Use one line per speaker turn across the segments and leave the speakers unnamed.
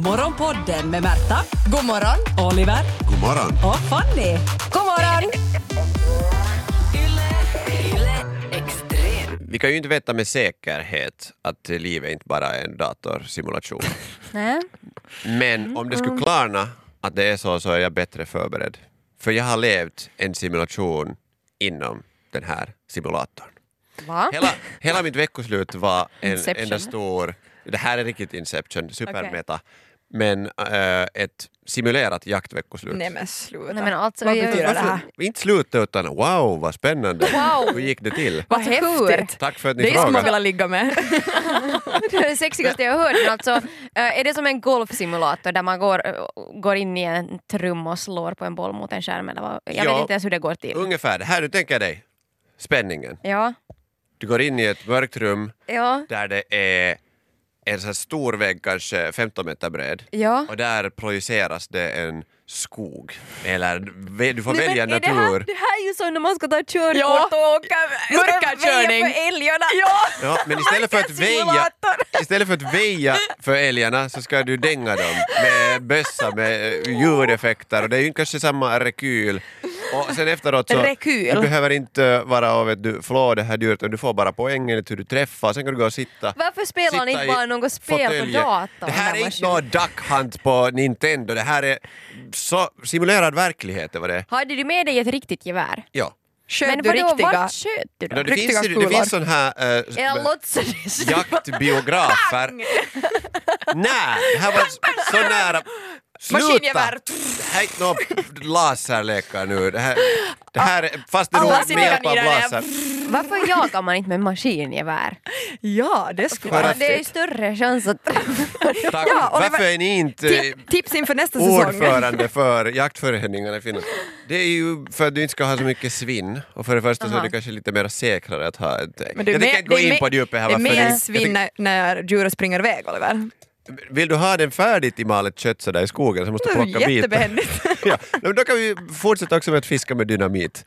Morgonpodden med Märta,
God morgon!
Oliver
God morgon.
och Fanny.
God morgon!
Vi kan ju inte veta med säkerhet att livet inte bara är en datorsimulation.
Nej.
Men om det skulle klarna att det är så, så är jag bättre förberedd. För jag har levt en simulation inom den här simulatorn.
Va?
Hela, hela mitt veckoslut var en
Inception.
enda stor... Det här är riktigt Inception, supermeta. Men eh, ett simulerat jaktveckoslut.
Nej men sluta.
Nej men alltså,
Vad
jag-
betyder det här?
Inte slut utan wow, vad spännande.
Wow.
Hur gick det till?
Vad
Vad häftigt.
häftigt!
Tack för att ni
Det skulle
frågade.
man vilja ligga med.
Det är det sexigaste jag har hört. Men alltså, eh, är det som en golfsimulator där man går, eh, går in i en trum och slår på en boll mot en skärm? Eller vad? Jag
Ja.
vet inte ens hur det går till.
Ungefär det här du tänker dig. Spänningen.
Ja,
Du går in i ett mörkt rum
ja,
där det är en sån här stor vägg, kanske 15 meter bred.
ja.
Och där projiceras det en skog. Eller vä- du får
Nej,
välja
men är det, här,
natur.
det här är ju så när man ska ta körkort
Ja.
och åka
Mörkarkörning.
väja för älgarna. Ja.
Ja, men istället för att väja Istället för att väja för älgarna så ska du dänga dem med bössa med eh, ljudeffekter och det är ju kanske samma rekyl. Och sen efteråt så,
Rekyl.
du behöver inte eh, vara av att du förlåt det här dyrt utan du får bara poängen i hur du träffar, sen kan du gå och sitta.
Varför spelar ni
sitta
inte
i
bara något spel på
fåtölje.
datorn?
Det här är
när man
inte
kör?
något Duck Hunt på Nintendo, det här är så simulerad verklighet. Det var det.
Hade du med dig ett riktigt gevär?
Ja.
Sköt
Men
du
vadå,
riktiga?
vart sköt du då?
Det, det,
Riktiga
finns, ju- det
kulor.
finns sån här eh,
Jag låtsades.
jaktbiografer. Nej, det här var så nära. Sluta!
Maskingevär.
Det här är inte någon laserlekar nu. Det här, det här är- fast det
Alla
nog
ser
med hjälp av
redan i den här.
laser.
Varför jagar man inte med maskingevär?
Ja, det skulle
För
vara.
att-
Det är ju större chans att...
Tack.
Ja, Oliver-
Varför är ni inte eh,
Tip, tips inför nästa säsong.
ordförande för jaktföreningarna i Finland? Det är ju för att du inte ska ha så mycket svinn och för det första så är
Aha.
det kanske lite mer säkrare att ha ett...
Men
Jag
det
tänker
är mer-
inte gå
det är
in
mer-
på djupet här
Det är
varför
mer
jag
svinn när, när djuret springer iväg, Oliver.
tänker- Vill du ha den färdigt i malet kött sådär i skogen så måste
Det
du
är
plocka bitar.
jättebehändigt.
ja, men då kan vi fortsätta också med att fiska med dynamit.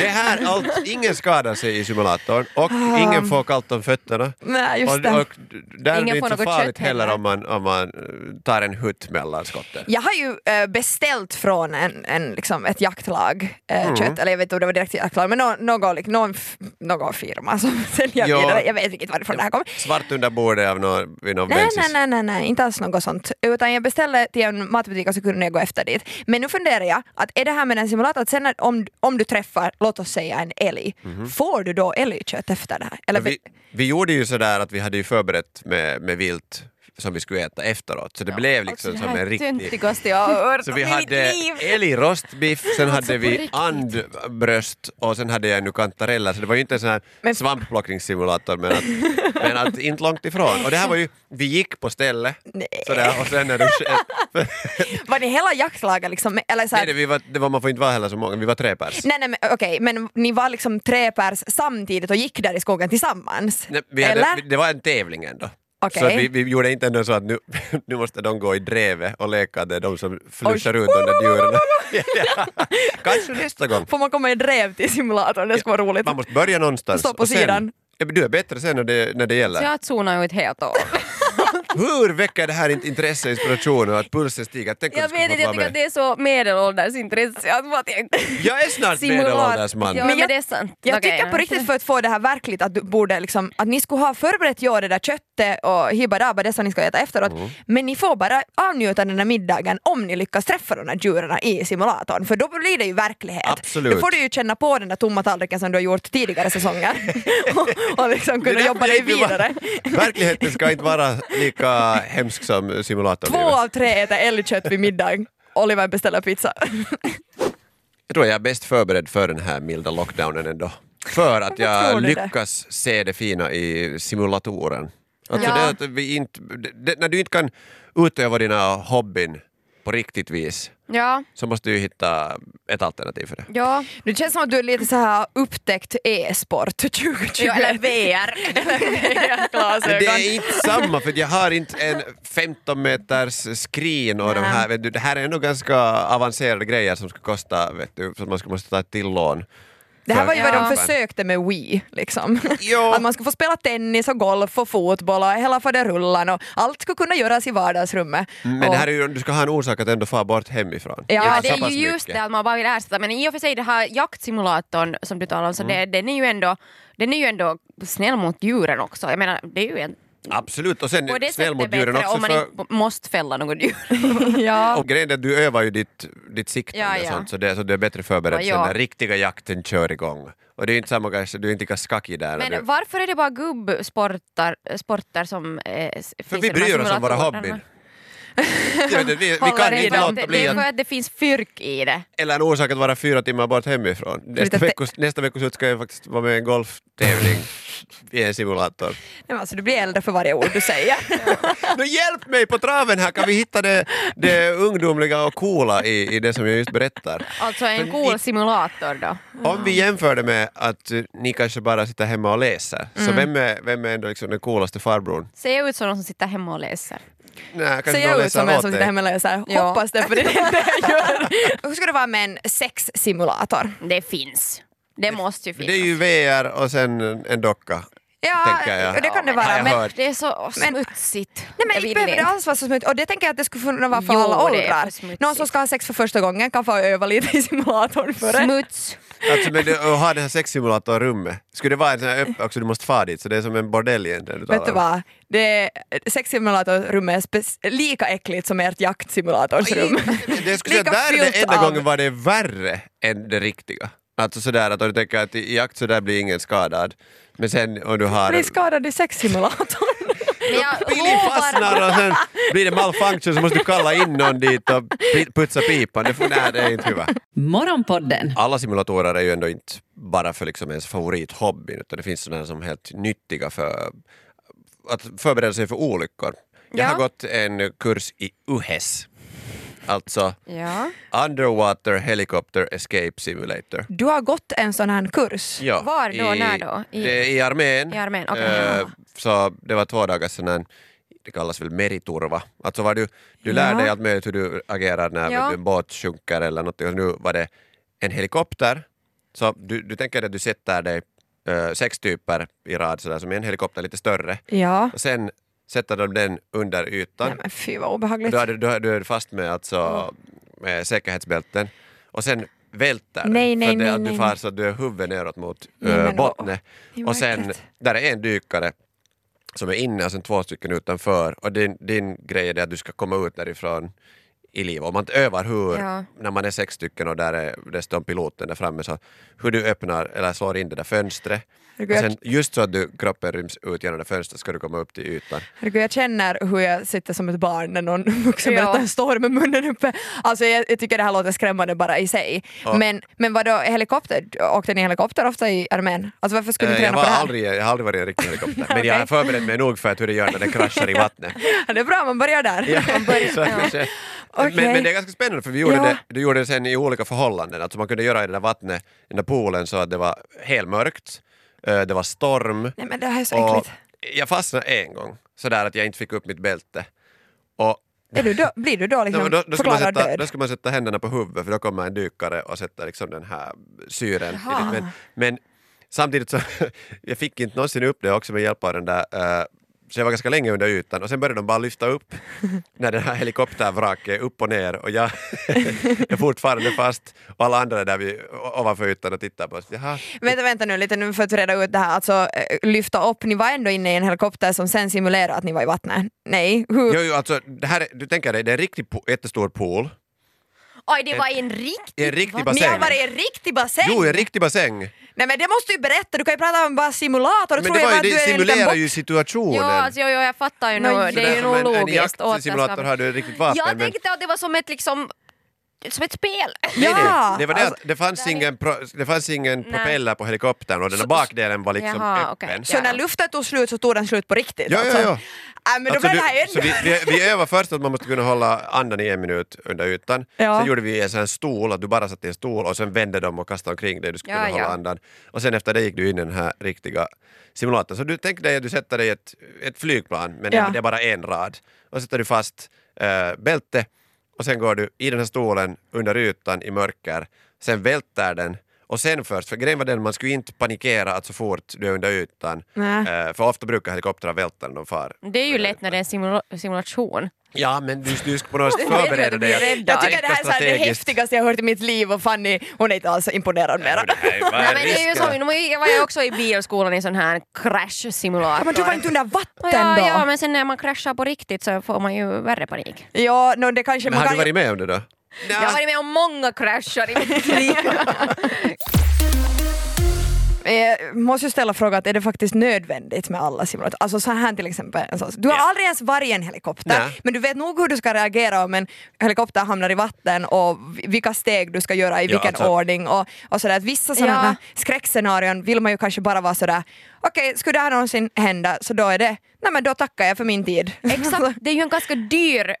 Det här allt, ingen skadar sig i simulatorn och ingen får kallt om fötterna.
Nej, just
och,
det.
och där är
Ingen
det
får
inte så
något kött
farligt heller
heller.
om man, om man eh, tar en hutt mellan skotten.
Jag har ju eh, beställt från en, en, liksom ett jaktlag eh,
Mm.
kött, eller jag vet inte om det var direkt jaktlag, men nå- någon, lik- någon, f- någon firma som säljer
Ja.
vidare. Jag vet inte riktigt varifrån det här kommer.
Svart under bordet av någon, vid någon
Nej,
bensis.
nej, nej, nej, nej, inte alls något sånt. Utan jag beställde till en matbutik och så kunde jag gå efter dit. Men nu funderar jag, att är det här med en simulator, att sen när, om, om du träffar, låt oss säga en älg, får du då älgkött efter det här? Eller,
Men Mhm. Vi, vi gjorde ju sådär att vi hade ju förberett med, med vilt som vi skulle äta efteråt, så det blev liksom som en riktig...
töntigaste jag har hört
Så vi
i
hade
mitt liv.
älgrostbiff, sen hade
Alltså, på
vi
riktigt.
andbröst och sen hade jag nu kantareller. Så det var ju inte en sån här
Men-
svampplockningssimulator men att, men att inte långt ifrån. Och det här var ju, vi gick på stället sådär och sen när det skedde.
var det hela jaktlaget liksom? Eller så här,
Nej, det, vi var, det var, man får inte vara heller så många, vi var tre pers.
Nej, nej men okej, men ni var liksom tre pers samtidigt och gick där i skogen tillsammans?
Nej, vi hade,
Eller?
vi- Det var en tävling ändå.
Okej.
Så att vi, vi gjorde inte ändå så att nu, nu måste de gå i drevet och leka att det är de som flushar ut de där djuren. Ja. Kanske nästa gång.
Får man komma i drev till simulatorn? Det skulle vara roligt.
Man måste börja någonstans.
Stå på
och sen,
sidan.
Ja, men Du är bättre sen när det, när det gäller.
Jag zonar ju ett helt år.
Hur väcker det här inte intresse, inspiration och att pulsen stiger? Tänk om
Jag
du skulle
vet inte,
fått
jag
vara
tycker att
med.
det är så medelålders intresse. Att vad jag...
Jag är snart
Simulat-
medelålders man.
Ja,
Men
men,
jag-
det är sant.
Jag
Okej,
tycker på
ja.
riktigt för att få det här verkligt att, du borde liksom, att ni skulle ha förberett ja, det där köttet och hibba-dabba, det som ni ska äta efteråt. Men ni får bara avnjuta den där middagen om ni lyckas träffa de där djuren i simulatorn. För då blir det ju verklighet.
Absolut.
Då får du ju känna på den där tomma tallriken som du har gjort tidigare säsonger. och, och liksom
Det är
kunna jobba
därför jag inte
dig
vill vara-
vidare.
Verkligheten ska inte vara lika hemsk som
Två
simulatorlivet.
av tre äter älgkött vid middag. Oliver beställer pizza.
Jag tror jag är bäst förberedd för den här milda lockdownen ändå. För att jag
tror du det?
lyckas se det fina i simulatoren. Alltså
Ja.
det att vi inte, det, när du inte kan utöva dina hobbyn på riktigt vis
Ja,
så måste du ju hitta ett alternativ för det.
ja.
Det känns som att du är lite så här upptäckt e-sport 2021.
ja eller VR.
Men det är inte samma för jag har inte en 15 meters skrin och de här, vet du, det här är ändå ganska avancerade grejer som ska kosta, vet du, som man ska måste ta ett tillån.
Det här var ju vad de
Ja.
försökte med Wii. Liksom.
Jo.
Att man skulle få spela tennis och golf och fotboll och hela faderullan och allt skulle kunna göras i vardagsrummet.
Mm, Men det här är ju, du ska ha en orsak att ändå fara bort hemifrån.
Ja,
Ja,
Göra
det
så
är
pass
ju just
mycket.
det att man bara vill ersätta. Men i och för sig, den här jaktsimulatorn som du talar om,
Mm.
så det, den, är ju ändå, den är ju ändå snäll mot djuren också. Jag menar, det är ju en,
Absolut, och sen
på det
snäll
sättet
mot djuren
bättre
också.
om man
För,
inte måste fälla något djur.
ja.
och grejen är att du övar ju ditt, ditt siktande
Ja, ja.
och sånt, så, det, så du är bättre förberedd
Ja, ja.
sen när riktiga jakten kör igång. Och det är ju inte samma kanske, du är inte lika skakig där. när
Men
du,
varför är det bara gubbsportar sporter som eh, s-
för
finns
vi
i de här
bryr oss om våra
simulatorerna?
hobbyn. Jag vet inte, vi, vi
Håller
kan
i
inte
dem.
låta
Det, det
bli
är
att
för att det finns fyrk i det.
Eller en orsak att vara fyra timmar bort hemifrån. Nästa,
te-
veckos, nästa veckoslut ska jag faktiskt vara med i en golftävling i en simulator.
Nej, men Alltså, du blir äldre för varje ord du säger.
Nu hjälp mig på traven här, kan vi hitta det, det ungdomliga och coola i, i det som jag just berättar?
Alltså
Men
en
i-
cool simulator då.
Om vi jämför det med att eh, ni kanske bara sitter hemma och läser,
Mm.
så vem är, vem är ändå liksom den coolaste farbrorn?
Ser jag ut som någon som sitter hemma och läser?
Nej, kanske
Ser
någon
jag ut
läser
som en
åt
som
dig.
sitter hemma och läser?
Ja.
Hoppas det, för det är det enda jag gör. Hur skulle det vara med en sexsimulator?
Det finns. Det, måste ju
För
finnas.
Det är ju VR och sen en en docka.
Ja,
Tänker jag.
det kan det
Ja, men-
vara. Men,
hört.
Det är så
Men-
smutsigt.
Nej men
Jag
inte
vill
behöver det alls vara så smutsigt. Och det tänker jag att det skulle kunna vara för
Jo,
alla
det är
åldrar.
för smutsigt.
Någon som ska ha sex för första gången kan få öva lite i simulatorn för det.
Smuts.
Alltså, men det, att ha det här sexsimulatorrummet, skulle det vara en sån här öppen, också du måste fara dit, så det är som en bordell egentligen du
Vet du
talar om.
vad? Det sexsimulatorrummet är spec- lika äckligt som ert jaktsimulatorsrum.
Det skulle säga,
Lika
där är det
fyllt
enda
av-
gången var det värre än det riktiga. Alltså sådär att om du tänker att i jakt så där blir ingen skadad. Men sen om du har...
Bli skadad i sexsimulatorn.
Men jag
Billy
lovar,
fastnar och sen blir det malfunction så måste du kalla in någon dit och pi- putsa pipan. Det, får, nej, det är inte hyvä.
Morgonpodden
Alla simulatorer är ju ändå inte bara för liksom ens favorithobby utan det finns sådana här som är helt nyttiga för att förbereda sig för olyckor. Jag har
Ja.
gått en kurs i UHES, alltså
ja.
Underwater Helicopter Escape Simulator.
Du har gått en sån här kurs.
Ja,
Var då? När då? I-
det är i armén.
I armén, okej.
Eh,
Ja.
Så det var två dagar sedan, en- det kallas väl meriturva. Alltså var du, du lär
Ja.
dig allt möjligt hur du agerar när
Ja.
en båt sjunker eller något. Och nu var det en helikopter. Så du, du tänker dig att du sätter dig eh, sex typer i rad sådär som är en helikopter, lite större.
Ja.
Och sen sätter de den under ytan.
Nej men fy vad
Och
obehagligt.
då är du, då, då är du fast med, alltså, med säkerhetsbälten och sen välter den,
Nej, nej,
för det,
nej,
att
nej,
du far
nej.
så att du är huvudet neråt mot
Nej,
ö,
men åh,
bottnet.
det är
Och sen,
verkligt.
där är en dykare som är inne och sen två stycken utanför och din, din grej är det att du ska komma ut därifrån i liv. Om man inte övar hur,
Ja.
när man är sex stycken och där är dessutom piloten där framme, så hur du öppnar eller slår in det där fönstret. Och
Herregud, jag-
sen just så att du, kroppen ryms ut genom det fönstret ska du komma upp till ytan.
Herregud, jag känner hur jag sitter som ett barn när någon vuxen
Ja.
berättar en story med munnen uppe. Alltså jag, jag tycker det här låter skrämmande bara i sig.
Ja.
Men, men vadå, helikopter? Åkte ni helikopter ofta i armén? Alltså varför skulle ni
Eh, Jag,
träna
var
på det här?
aldrig, jag har aldrig varit i en riktig helikopter, men jag har
Okej.
förberett mig nog för att hur det gör när den kraschar i vattnet.
Det är bra, man börjar där.
Ja, så att kanske-
Okej.
men, men det är ganska spännande för vi gjorde,
Ja.
det, du gjorde det sen i olika förhållanden. Alltså man kunde göra i det där vattnet, i den där poolen så att det var helmörkt, eh, det var storm.
Nej men det här är så
och
äckligt.
jag fastnade en gång sådär att jag inte fick upp mitt bälte. Och
Är du då, blir du då liksom
då, då, då, ska man
förklarad
sätta,
död?
då ska man sätta händerna på huvudet för då kommer en dykare och sätter liksom den här syren. i
Jaha.
ditt- Men, men samtidigt så jag fick inte någonsin upp det också med hjälp av den där eh, så jag var ganska länge under ytan och sen började de bara lyfta upp när den här helikoptervraket är upp och ner och jag är fortfarande fast och alla andra är där vid, ovanför ytan och tittar på oss. Jaha,
Vänta, vänta nu lite nu för att reda ut det här. Alltså eh, lyfta upp, ni var ändå inne i en helikopter som sen simulerade att ni var i vattnet. Nej, hur?
jo, jo, alltså, det här, är- du tänker dig, det är en riktigt po- jättestor pool,
Oj, det var en riktig...
en riktig
Ni har
bassäng.
varit i en riktig bassäng!
Jo, en riktig bassäng.
Nej men det måste du ju berätta, du kan ju prata om bara simulator. Då
Men
tror
det,
jag
var ju,
bara
det
att du är en liten
simulerar
box.
ju situationen.
Ja, alltså, jo, jo, jag fattar ju nu.
Nej,
Det är ju
Därför
nog
en-
logiskt.
En jaktsimulator
återskapande.
har du ett riktigt vapen.
Jag
men-
tänkte att det var som ett liksom... Som ett spel.
Nej, nej,
Ja,
det var det
alltså-
att det fanns ingen, pro, det fanns ingen
Nej.
propeller på helikoptern och den här bakdelen var liksom
Jaha,
öppen.
okej.
Så när luften tog slut så tog den slut på riktigt?
Ja,
alltså.
ja, ja.
Äh, men då
Alltså,
blev
du,
det här
så
ännu...
vi, vi, vi övade först att man måste kunna hålla andan i en minut under ytan.
Ja.
Sen gjorde vi en sån här stol, att du bara satt i en stol och sen vände dem och kastade omkring dig. Du skulle
Ja,
kunna hålla
ja.
andan. Och sen efter det gick du in i den här riktiga simulatorn. Så du tänker dig att du sätter dig i ett, ett flygplan, men
Ja.
det är bara en rad. Och sätter du fast eh, bälte och sen går du i den här stolen under ytan i mörker. Sen välter den och sen först, för grejen var den man skulle inte panikera att så fort du är under ytan,
Nej.
eh, för ofta brukar helikoptrar välta när de far.
Det är ju lätt när det är en simula- simulation.
Ja men du, du ska på något sätt
Jag vet att
förbereda
du
dig.
blir
att
rädd.
Jag tycker
tänka
det här är så här det
strategiskt.
häftigaste jag hört i mitt liv och Fanny hon är inte alls imponerad mera.
Det här är bara
Nej, men det är ju
riskerna.
så, nu var jag också i bioskolan i sån här crash-simulator.
Men du var inte under vatten
ja,
då?
ja, men sen när man kraschar på riktigt så får man ju värre panik.
Ja, no, det kanske
Men
man
har
kan...
du varit med om det då?
Jag har varit med om många kraschar i mitt liv.
eh, måste ju ställa frågan att är det faktiskt nödvändigt med alla simulatorer? Alltså så här till exempel. en sån- Du har
Ja.
aldrig ens varit i en helikopter,
Nej.
men du vet nog hur du ska reagera om en helikopter hamnar i vatten och vi- vilka steg du ska göra i
Ja,
vilken
alltså-
ordning och, och sådär. Att vissa sådana
Ja.
här skräckscenarion vill man ju kanske bara vara sådär okej, skulle det här någonsin hända så då är det, nej men då tackar jag för min tid. Alltså.
Exakt, det är ju en ganska dyr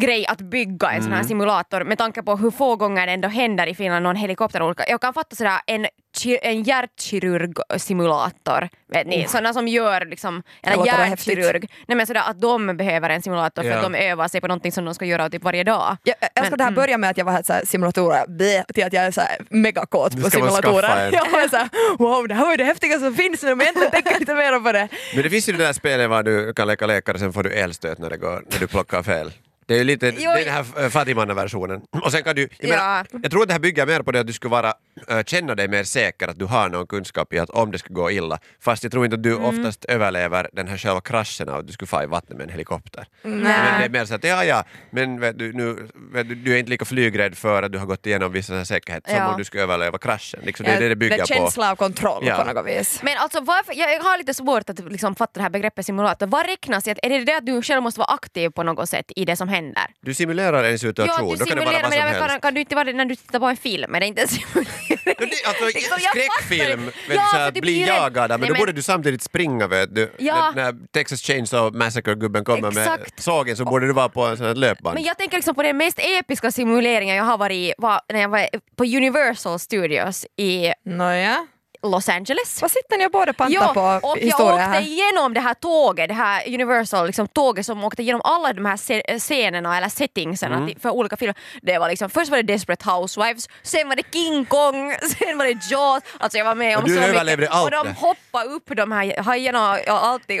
grej att bygga en sån här simulator med tanke på hur få gånger det ändå händer i Finland någon helikopterolycka. Jag kan fatta sådär en, ki- en hjärtkirurgsimulator, vet ni, sådana som gör liksom, eller
Oh. låter
hjärtkirurg, nej men sådär att de behöver en simulator för
Ja.
att de övar sig på någonting som de ska göra typ varje dag.
Jag jag älskar att
mm.
det här börjar med att jag var helt såhär simulatorer, bleh, till att jag är såhär megakåt
Nu
på
ska man skaffa
simulatorer.
en.
Jag var såhär, wow det här var ju det häftigaste som finns, men äntligen tänker jag lite mer på det.
Men det finns ju det där spelet var du kan leka läkare sen får du elstöt när det går, när du plockar fel. Det är ju lite det är den här eh, Fatimanna-versionen. Och sen kan du, jag, menar, jag tror att det här bygger mer på det att du skulle vara, eh, känna dig mer säker, att du har någon kunskap i att om det skulle gå illa. Fast jag tror inte att
Mm.
du oftast överlever den här själva kraschen av att du skulle fara i vattnet med en helikopter. Men det är mer så att ja, ja, men vet du, nu, vet du, du är inte lika flygrädd för att du har gått igenom vissa så här säkerhet som
Ja.
om du skulle överleva kraschen. Liksom, det är det det
det
bygger
är
på.
känsla av kontroll
Ja.
på något vis.
Men alltså varför, jag jag har lite svårt att liksom fatta det här begreppet simulator. Vad räknas i att, är det det att du själv måste vara aktiv på något sätt i det som händer?
Du simulerar en situation,
Ja, att
då
du
kan det vara
simulerar,
vad
men
som
jag
helst.
kan, kan du inte vara det när du tittar på en film? Är det inte en
Ja,
simulering?
det- Alltså,
Liksom, jag
skräckfilm,
fattar
vet du,
ju. Ja,
så här,
för
bli
det blir ju
jagad,
rädd.
men
Nej,
då borde du samtidigt springa vet du.
Ja.
När, när Texas Chainsaw Massacre-gubben kommer med
Exakt.
sågen så borde du vara på en sån här löpband.
Men jag tänker liksom på den mest episka simuleringen jag har varit i var när jag var på Universal Studios i
Nåja,
Los Angeles.
vad sitter ni och både pantar på
och jag
historia
åkte
här?
igenom det här tåget, det här Universal liksom, tåget som åkte igenom alla de här se- eh, scenerna eller settingserna
Mm.
till- för olika filmer. Det var liksom, först var det Desperate Housewives, sen var det King Kong, sen var det Jaws. Alltså jag var med
Och
om
du
så
överlevde
mycket.
allt
och
det.
de hoppade upp de här hajarna och allting.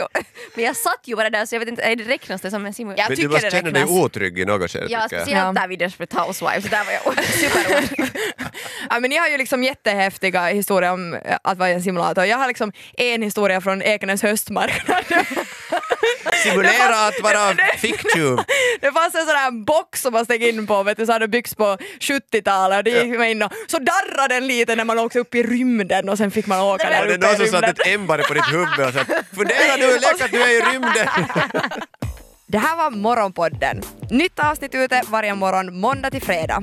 Men jag satt ju bara där så jag vet inte, är det räknas det som en simulering?
jag
men du
tycker
måste
det
känna dig
räknas.
otrygg i något skede.
Ja,
tycker jag.
speciellt
Ja.
där vid Desperate Housewives, där var jag superorolig.
Ja, men ni har ju liksom jättehäftiga historier om eh, att vara i en simulator. Jag har liksom en historia från Ekenäs höstmarknad.
Simulera att vara ficktjuv.
Det fanns en sån här box som man steg in på, vet du, så hade byggts på 70-talet. Det gick man in och så darrade den lite när man åkte upp i rymden och sen fick man åka
Och
där
det är
uppe i
någon som satt
rymden.
ett ämbare på ditt huvud och sa “fundera nu, lek att du är i rymden”.
Det här var Morgonpodden. Nytt avsnitt ute varje morgon måndag till fredag.